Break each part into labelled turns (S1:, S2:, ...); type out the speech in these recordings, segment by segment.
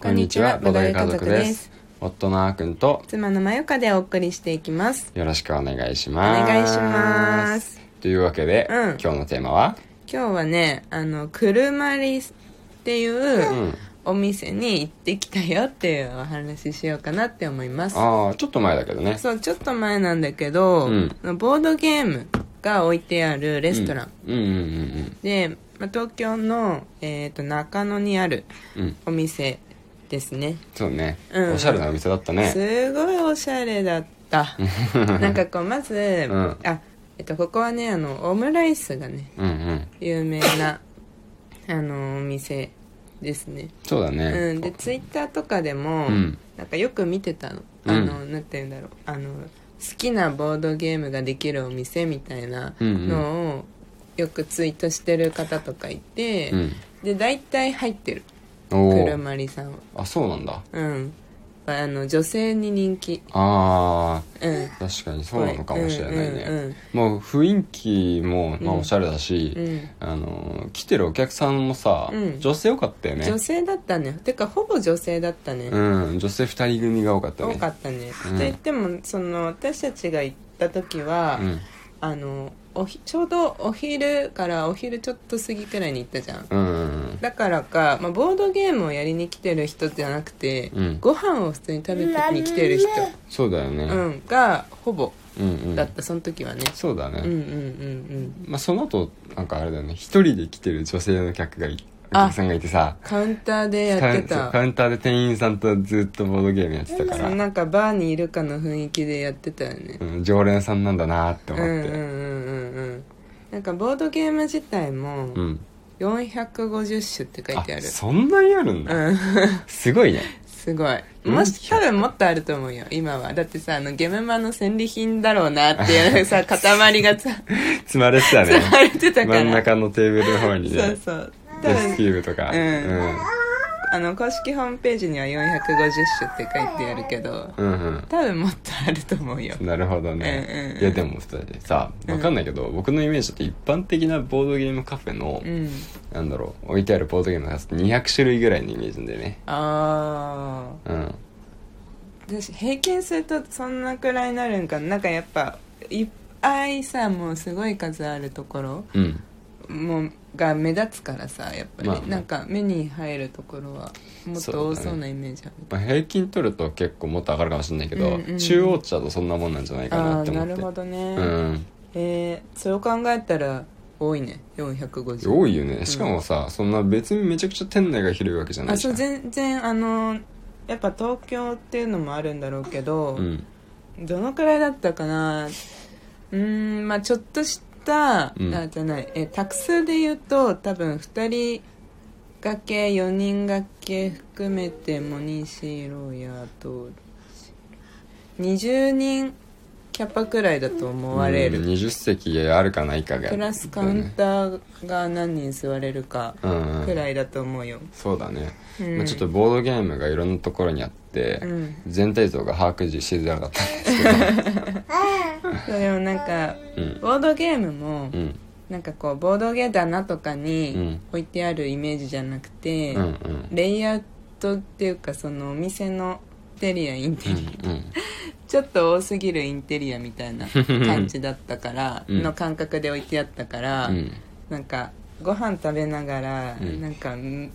S1: こんにちはボドゲ家族です
S2: 夫のあーくんと
S1: 妻のまゆかでお送りしていきます
S2: よろしくお願いし
S1: お
S2: ます
S1: 願いします
S2: というわけで、
S1: うん
S2: 今日のテーマは
S1: 今日はねあの車リって
S2: う
S1: いうんお店に行ってきたよっていうお話ししようかなって思います
S2: ああちょっと前だけどね
S1: そうちょっと前なんだけど、
S2: うん
S1: ボードゲームが置いてあるレストラン、
S2: うんうんうん
S1: で、まあ、東京の、えー、と中野にある
S2: うんうん
S1: お店ですね
S2: そうね、
S1: うん
S2: おしゃれなお店だったね
S1: すごいおしゃれだ ったなんかこうまず、
S2: ん
S1: あえっとここはねあのオムライスがね
S2: うんうん
S1: 有名なあのお店ですね、
S2: そうだね
S1: うん、でツイッターとかでも、
S2: うん
S1: なんかよく見てたの
S2: うん
S1: あの、なんて言うんだろうあの好きなボードゲームができるお店みたいなのをよくツイートしてる方とかいて、
S2: うん
S1: で大体入ってる
S2: おー
S1: 車りさんは
S2: あそうなんだ
S1: うんあの女性に人気
S2: あ
S1: うん
S2: あ確かにそうなのかもしれないね、
S1: うんうん
S2: もう雰囲気も、まあ、
S1: うん
S2: おしゃれだし、
S1: うん
S2: あの来てるお客さんもさ、
S1: うん
S2: 女性多かったよね
S1: 女性だったねてかほぼ女性だったね、
S2: うん女性2人組が多かったね
S1: 多かったね、
S2: うん
S1: と言ってもその私たちが行った時は、
S2: うん
S1: あのおひちょうどお昼からお昼ちょっと過ぎくらいに行ったじゃん
S2: うんうん
S1: だからか、まあ、ボードゲームをやりに来てる人じゃなくて、
S2: うん
S1: ご飯を普通に食べに来てる人、
S2: そうだよね、
S1: うん、がほぼ
S2: うんうん
S1: だったその時はね、
S2: そうだ
S1: うん、うん
S2: ね、
S1: うんうん
S2: まあ、その後なんかあれだよね一人で来てる女性の客がいお
S1: あ
S2: 客さんがいてさ
S1: カウンターでやって
S2: カウン
S1: た
S2: カウンターで店員さんとずっとボードゲームやってたか
S1: そ
S2: ら、
S1: うなんかバーにいるかの雰囲気でやってたよね
S2: うん、常連さんなんだなーって
S1: うん
S2: 思
S1: うん
S2: っ
S1: うん
S2: て
S1: うんうんなんかボードゲーム自体も
S2: うん、
S1: 450種って書いてある
S2: そんなにあるんだ、
S1: うん
S2: すごいね
S1: すごい
S2: うん
S1: もし多分もっとあると思うよ今はだってさあのゲムマの戦利品だろうなっていう さ塊がさ
S2: 積まれてたね
S1: 積まれてたから
S2: 真ん中のテーブルの方に
S1: そう
S2: ね
S1: そう多
S2: レスキ
S1: 分
S2: ューブとか、
S1: うんあの公式ホームページには450種って書いてあるけど
S2: うん、うんうん
S1: 多分もっとあると思うよ
S2: なるほどね、
S1: うんうんうん
S2: いやでもさわかんないけど、僕のイメージだって一般的なボードゲームカフェの、
S1: うん
S2: なんだろう置いてあるボードゲームが200種類ぐらいのイメージでね
S1: ああ
S2: うん
S1: 私平均するとそんなくらいになるんかななんかやっぱいっぱいさもうすごい数あるところ
S2: うん
S1: もうが目立つからさやっぱり、
S2: まあまあ
S1: なんか目に入るところはもっと多そうなイメージある、
S2: まあ、平均取ると結構もっと上がるかもしれないけ
S1: う
S2: ど、
S1: んうん
S2: 中央値だとそんなもんなんじゃないか
S1: あ
S2: な
S1: あ
S2: って
S1: ー
S2: 思
S1: な
S2: って
S1: るほどね、
S2: うん
S1: えー、そう考えたら多いね450
S2: 多いよねしかもさ、そんな別にめちゃくちゃ店内が広いわけじゃない
S1: あ
S2: じ
S1: そ
S2: ゃん
S1: う全然あのやっぱ東京っていうのもあるんだろうけど、
S2: うん
S1: どのくらいだったかなうーんまあちょっとした、
S2: うん
S1: あじゃないえ卓数で言うと多分2人掛け4人掛け含めてモニシロやと20人キャパくらいだと思われる、
S2: うん20席あるかないかが
S1: プラスカウンターが何人座れるか
S2: うん、う
S1: く
S2: ん、
S1: らいだと思うよ、
S2: そうだね、
S1: うん
S2: まあ、ちょっとボードゲームがいろんなところにあって、
S1: うん
S2: 全体像が把握しづらかったんです
S1: それをなんか
S2: けどうん
S1: ボードゲームも、
S2: うん
S1: なんかこうボードゲー棚とか
S2: う
S1: に
S2: ん
S1: 置いてあるイメージじゃなくて、
S2: うんうん
S1: レイアウトっていうかそのお店のインテリアインテ
S2: う
S1: リア、
S2: んうん
S1: ちょっと多すぎるインテリアみたいな感じだったから、
S2: うん
S1: の感覚で置いてあったから、
S2: うん
S1: なんかご飯食べながら、
S2: うん
S1: なんかん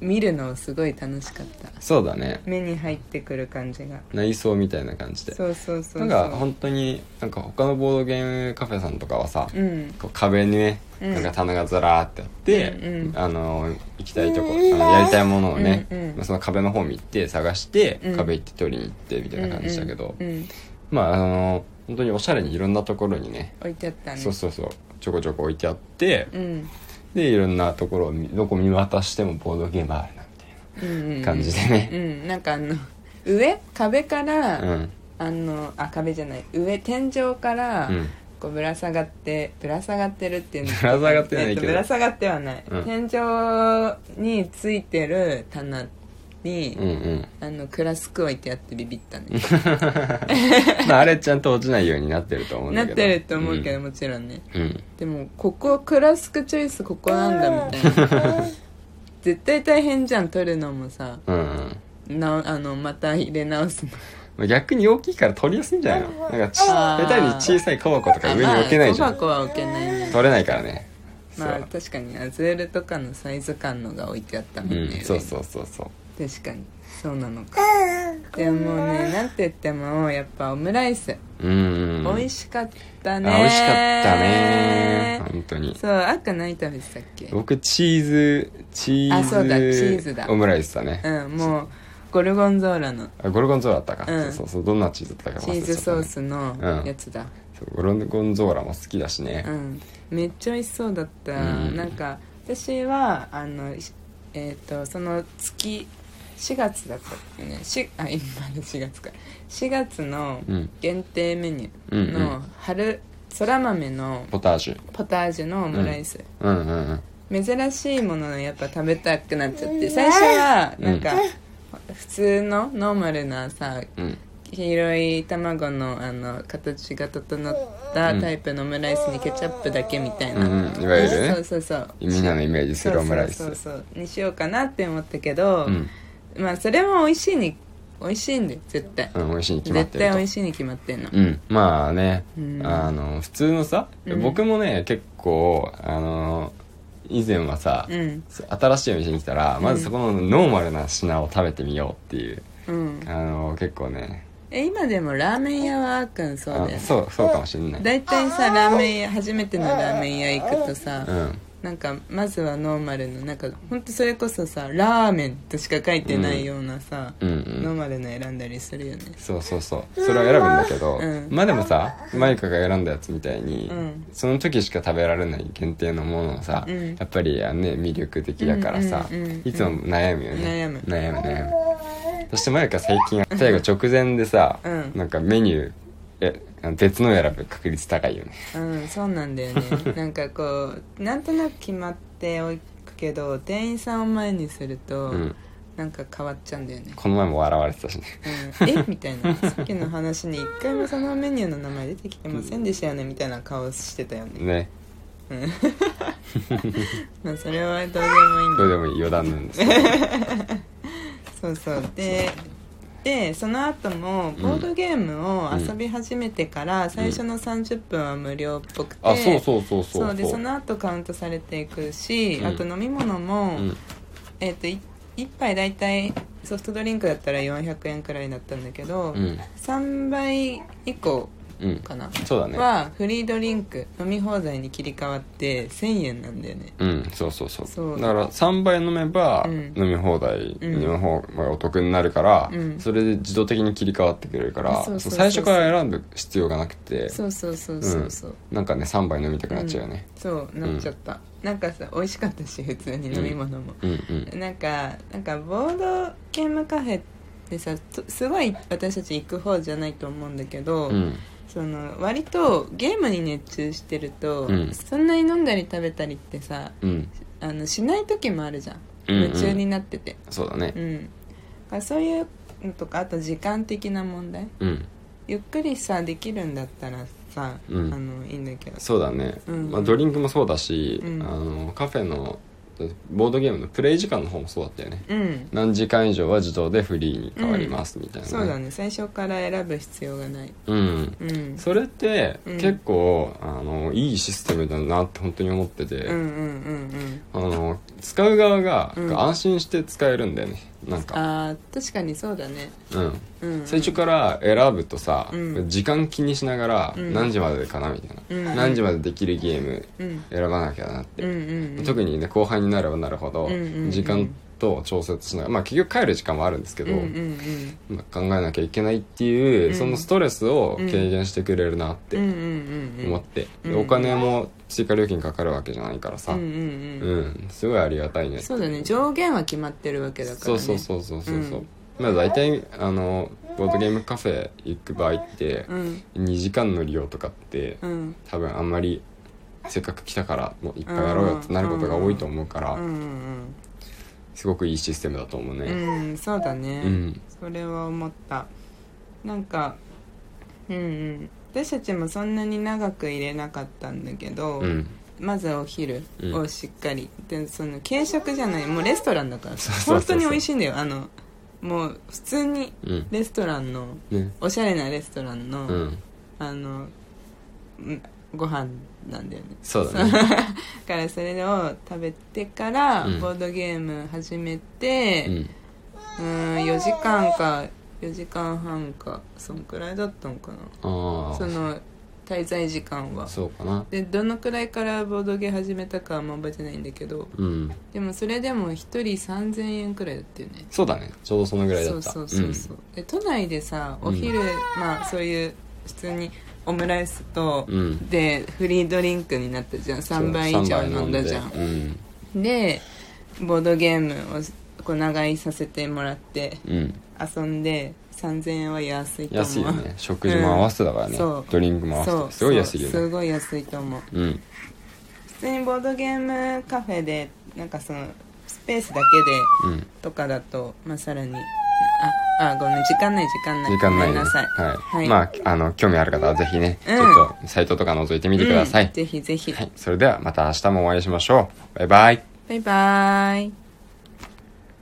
S1: 見るのすごい楽しかった
S2: そうだね
S1: 目に入ってくる感じが
S2: 内装みたいな感じで
S1: そうそうそうそう
S2: なんか本当になんか他のボードゲームカフェさんとかはさ、
S1: うん
S2: こう壁にね、
S1: うん
S2: なんか棚がずらーってあって、
S1: うんうん
S2: あの行きたいとこあのやりたいものをね、
S1: うんうん
S2: まあその壁の方見行って探して、
S1: うん
S2: 壁行って取りに行ってみたいな感じだけど、
S1: うんうんうん
S2: まああの本当におしゃれにいろんなところにね
S1: 置いてあったね
S2: そうそうそうちょこちょこ置いてあって、
S1: うん
S2: でいろんなところを見どこ見渡してもボードゲームあるなみたい
S1: うんうん
S2: な感じでね、
S1: うん、なんかあの上壁から、
S2: うん
S1: あのあ壁じゃない上天井から、
S2: うん
S1: こうぶら下がってぶら下がってるっていうの
S2: ぶら下がってはないけ
S1: えっと
S2: ど
S1: ぶら下がってはない、天井についてる棚に、
S2: うんうん
S1: あのクラスク置いてあってビビったね
S2: まああれちゃんと落ちないようになってると思うん
S1: な
S2: だ
S1: っ
S2: けど
S1: てると思うけど、、もちろんね
S2: うんうん
S1: でもここクラスクチョイスここなんだみたいな全絶対大変じゃん取るのもさ
S2: うんうん
S1: なあのまた入れ直すの
S2: まあ逆に大きいから取りやすいんじゃないのなんかち
S1: あー
S2: 下手に小さい小箱とか上に置けないじゃ
S1: あまあ
S2: ん
S1: 小箱は置けないね
S2: 取れないからね
S1: まあ
S2: そう
S1: 確かにアズールとかのサイズ感のが置いてあったもんね、
S2: うん、そうそうそうそう
S1: 確かにそうなのかでもねなんて言ってもやっぱオムライス、
S2: うんうん
S1: 美味しかった
S2: あ
S1: ね
S2: 美味しかったね本当に
S1: そうあっくん何食べてたっけ
S2: 僕チーズチーズ
S1: あそうだチーズだ
S2: オムライスだね、
S1: うんもうゴルゴンゾーラの
S2: あゴルゴンゾーラだったか、
S1: うん
S2: そうそうそうどんなチーズだったか
S1: チ
S2: 忘れ
S1: ー
S2: ちゃ
S1: ズ
S2: った
S1: ソ
S2: ね
S1: ースのやつだ、
S2: そうゴルゴンゾーラも好きだしね
S1: うん、めっちゃ美味しそうだった、
S2: うん
S1: なんか私はあのしえっ、とその月4月だったっけねしあ今まだ4月か4月の
S2: うん
S1: 限定メニュー
S2: うんう
S1: の春そら豆の
S2: ポタージュ
S1: ポタージュのオムライス、
S2: うんうんうん
S1: 珍しいものをやっぱ食べたくなっちゃって最初はなんか、普通のノーマルなさ
S2: うん
S1: 黄色い卵のあの形が整ったタイプのオムライスにケチャップだけみたいな、
S2: うんうんいわゆるね
S1: そうそうそう
S2: みんなのイメージするオムライ
S1: そ
S2: ス
S1: うそうそうそうにしようかなって思ったけど、
S2: うん
S1: まあそれも美味しいに美味しいんで絶対
S2: うん美味しいに決まっ
S1: 絶
S2: てる
S1: 対
S2: と
S1: 美味しいに決まってんの
S2: うんまあね、
S1: うん
S2: あの普通のさ、
S1: うん
S2: 僕もね結構あの以前はさ、
S1: うん
S2: 新しいお店に来たらまずそこのノーマルな品を食べてみようっていう、
S1: うん
S2: あの結構ね
S1: え今でもラーメン屋はあーくんそうだよ
S2: あ
S1: ね
S2: そうそうかもしれない
S1: 大体さラーメン屋初めてのラーメン屋行くとさ、
S2: うん
S1: なんかまずはノーマルのなんかほんとそれこそさラーメンとしか書いてないようなさ、
S2: うんう
S1: ノー
S2: ん
S1: マルの選んだりするよね
S2: そうそうそうそれを選ぶんだけど、
S1: うん
S2: まあでもさマイカが選んだやつみたいに、
S1: うん
S2: その時しか食べられない限定のものはさ、
S1: うん
S2: やっぱりあのね魅力的だからさ、
S1: うんうんうん
S2: いつも悩むよね
S1: 悩む
S2: 悩む悩むそしてマイカ最近最後直前でさ、
S1: うん
S2: なんかメニューえ別の選ぶ確率高いよね
S1: うんそうなんだよ ねなんかこうなんとなく決まっておくけど店員さんを前にすると、
S2: うん
S1: なんか変わっちゃうんだよね、
S2: この前も笑われてたしね
S1: うん、 えみたいなさっきの話に一回もそのメニューの名前出てきてませんでしたよねみたいな顔してたよね、
S2: ね
S1: まあ、それはどうでもいいんだ
S2: どうでもいい余談なんですけど
S1: そうそうででその後もボードゲームを遊び始めてから最初の30分は無料っぽくて、
S2: あそうそうそうそう
S1: そうでその後カウントされていくし、
S2: うん
S1: あと飲み物も、
S2: うん
S1: えっ、とい1杯大体ソフトドリンクだったら400円くらいだったんだけど、
S2: うん
S1: 3杯以降
S2: うん
S1: かな、
S2: そうだね
S1: はフリードリンク飲み放題に切り替わって1000円なんだよね
S2: うんそうそうそう
S1: そう
S2: だから3杯飲めば
S1: うん
S2: 飲み放題
S1: うん
S2: の方がお得になるから、
S1: うん
S2: それで自動的に切り替わってくれるから
S1: そうそうそうそう
S2: そう最初から選ぶ必要がなくて
S1: そうそうそうそうそう、
S2: なんかね3杯飲みたくなっちゃうよね、
S1: そうなっちゃった、なんかさ美味しかったし普通に飲み物も、
S2: うん、うん
S1: なんかなんかボードゲームカフェってさとすごい私たち行く方じゃないと思うんだけど、
S2: うんうん
S1: その割とゲームに熱中してると、
S2: うん
S1: そんなに飲んだり食べたりってさ
S2: うん
S1: あのしない時もあるじゃん
S2: うんうん
S1: 夢中になってて
S2: そうだね
S1: うん、だからそういうのとかあと時間的な問題
S2: うん
S1: ゆっくりさできるんだったらさ、
S2: うん
S1: あのいいんだけど
S2: そうだね、
S1: うん
S2: まあ、ドリンクもそうだし、
S1: うん
S2: あのカフェのボードゲームのプレイ時間の方もそうだったよね
S1: うん
S2: 何時間以上は自動でフリーに変わりますみたいな、
S1: そうだね最初から選ぶ必要がない
S2: うん
S1: うん
S2: それって
S1: うん
S2: 結構、あのいいシステムだなって本当に思ってて、
S1: うんうんうんうん
S2: あの使う側が
S1: うん
S2: 安心して使えるんだよねなんか、
S1: あー確かにそうだね
S2: うん、
S1: うん
S2: 最初から選ぶとさ、
S1: うん
S2: 時間気にしながら
S1: うん
S2: 何時までかなみたいな、
S1: うん
S2: 何時までできるゲーム
S1: うん
S2: 選ばなきゃな
S1: うん
S2: っ
S1: う
S2: て、
S1: んうん
S2: 特にね後半になればなるほど、
S1: うんうんうん
S2: 時間と調節しながらまあ結局帰る時間もあるんですけ
S1: う
S2: ど、
S1: んうん
S2: まあ考えなきゃいけないっていう、
S1: うん
S2: そのストレスを軽減してくれるなっ
S1: うんうんう
S2: て
S1: んうん
S2: 思って、
S1: うん
S2: でお金も追加料金かかるわけじゃないからさ、
S1: うんうんうん
S2: うん、すごいありがたいね
S1: そうだね上限は決まってるわけだから
S2: そう
S1: ね
S2: そうそうそうそうそう
S1: うん
S2: まあ大体あのボードゲームカフェ行く場合って
S1: うん
S2: 2時間の利用とかって
S1: うん
S2: 多分あんまりせっかく来たからもういっぱいやろうよってなることが多いと思うか
S1: う
S2: ら
S1: ん
S2: すごくいいシステムだと思う
S1: うんう
S2: ね
S1: んうんそうだ
S2: う
S1: ね、
S2: ん
S1: それは思ったなんかうんうん私たちもそんなに長く入れなかったんだけど、
S2: うん
S1: まずはお昼
S2: うん
S1: をしっかり、でその軽食じゃないもうレストランだから
S2: そうそうそうそう
S1: 本当に美味しいんだよあのもう普通に
S2: うん
S1: レストランの
S2: ね
S1: おしゃれなレストランの、
S2: うん
S1: あのんご飯なんだよね
S2: そうだね
S1: だ からそれを食べてから、
S2: うん
S1: ボードゲーム始め
S2: う
S1: て
S2: ん
S1: うん4時間か4時間半かそんくらいだったのかな
S2: あ
S1: その滞在時間は
S2: あそうかな
S1: でどのくらいからボードゲー始めたかはあんま覚えてないんだけど
S2: うん
S1: でもそれでも1人3000円くらいだったよね
S2: そうだねちょうどそのぐらいだった
S1: そうそうそうそう、で都内でさお昼、まあそういう普通にオムライスと、
S2: うんうん
S1: でフリードリンクになったじゃん3杯以上飲んだじゃ
S2: うんうん
S1: んでボードゲームをこう長居させてもらって
S2: うん
S1: 遊んで3000円は安いと思う
S2: 安いよね食事も合わせてだからね、
S1: うんそう
S2: ドリンクも合
S1: そ
S2: わせ
S1: う
S2: てすごい安い
S1: そ
S2: よ
S1: うす
S2: ね
S1: ごい安いと思う
S2: うん
S1: 普通にボードゲームカフェでなんかそのスペースだけで
S2: うん
S1: とかだと、まあ、さらにああごめん時間ない時間ない
S2: 時間ない
S1: ごめんなさい
S2: はい、
S1: はい
S2: まああの興味ある方はぜひね、
S1: うん
S2: ちょっとサイトとか覗いてみてください、
S1: うんぜひぜひ、
S2: はい、それではまた明日もお会いしましょうバイバイ
S1: バイバーイ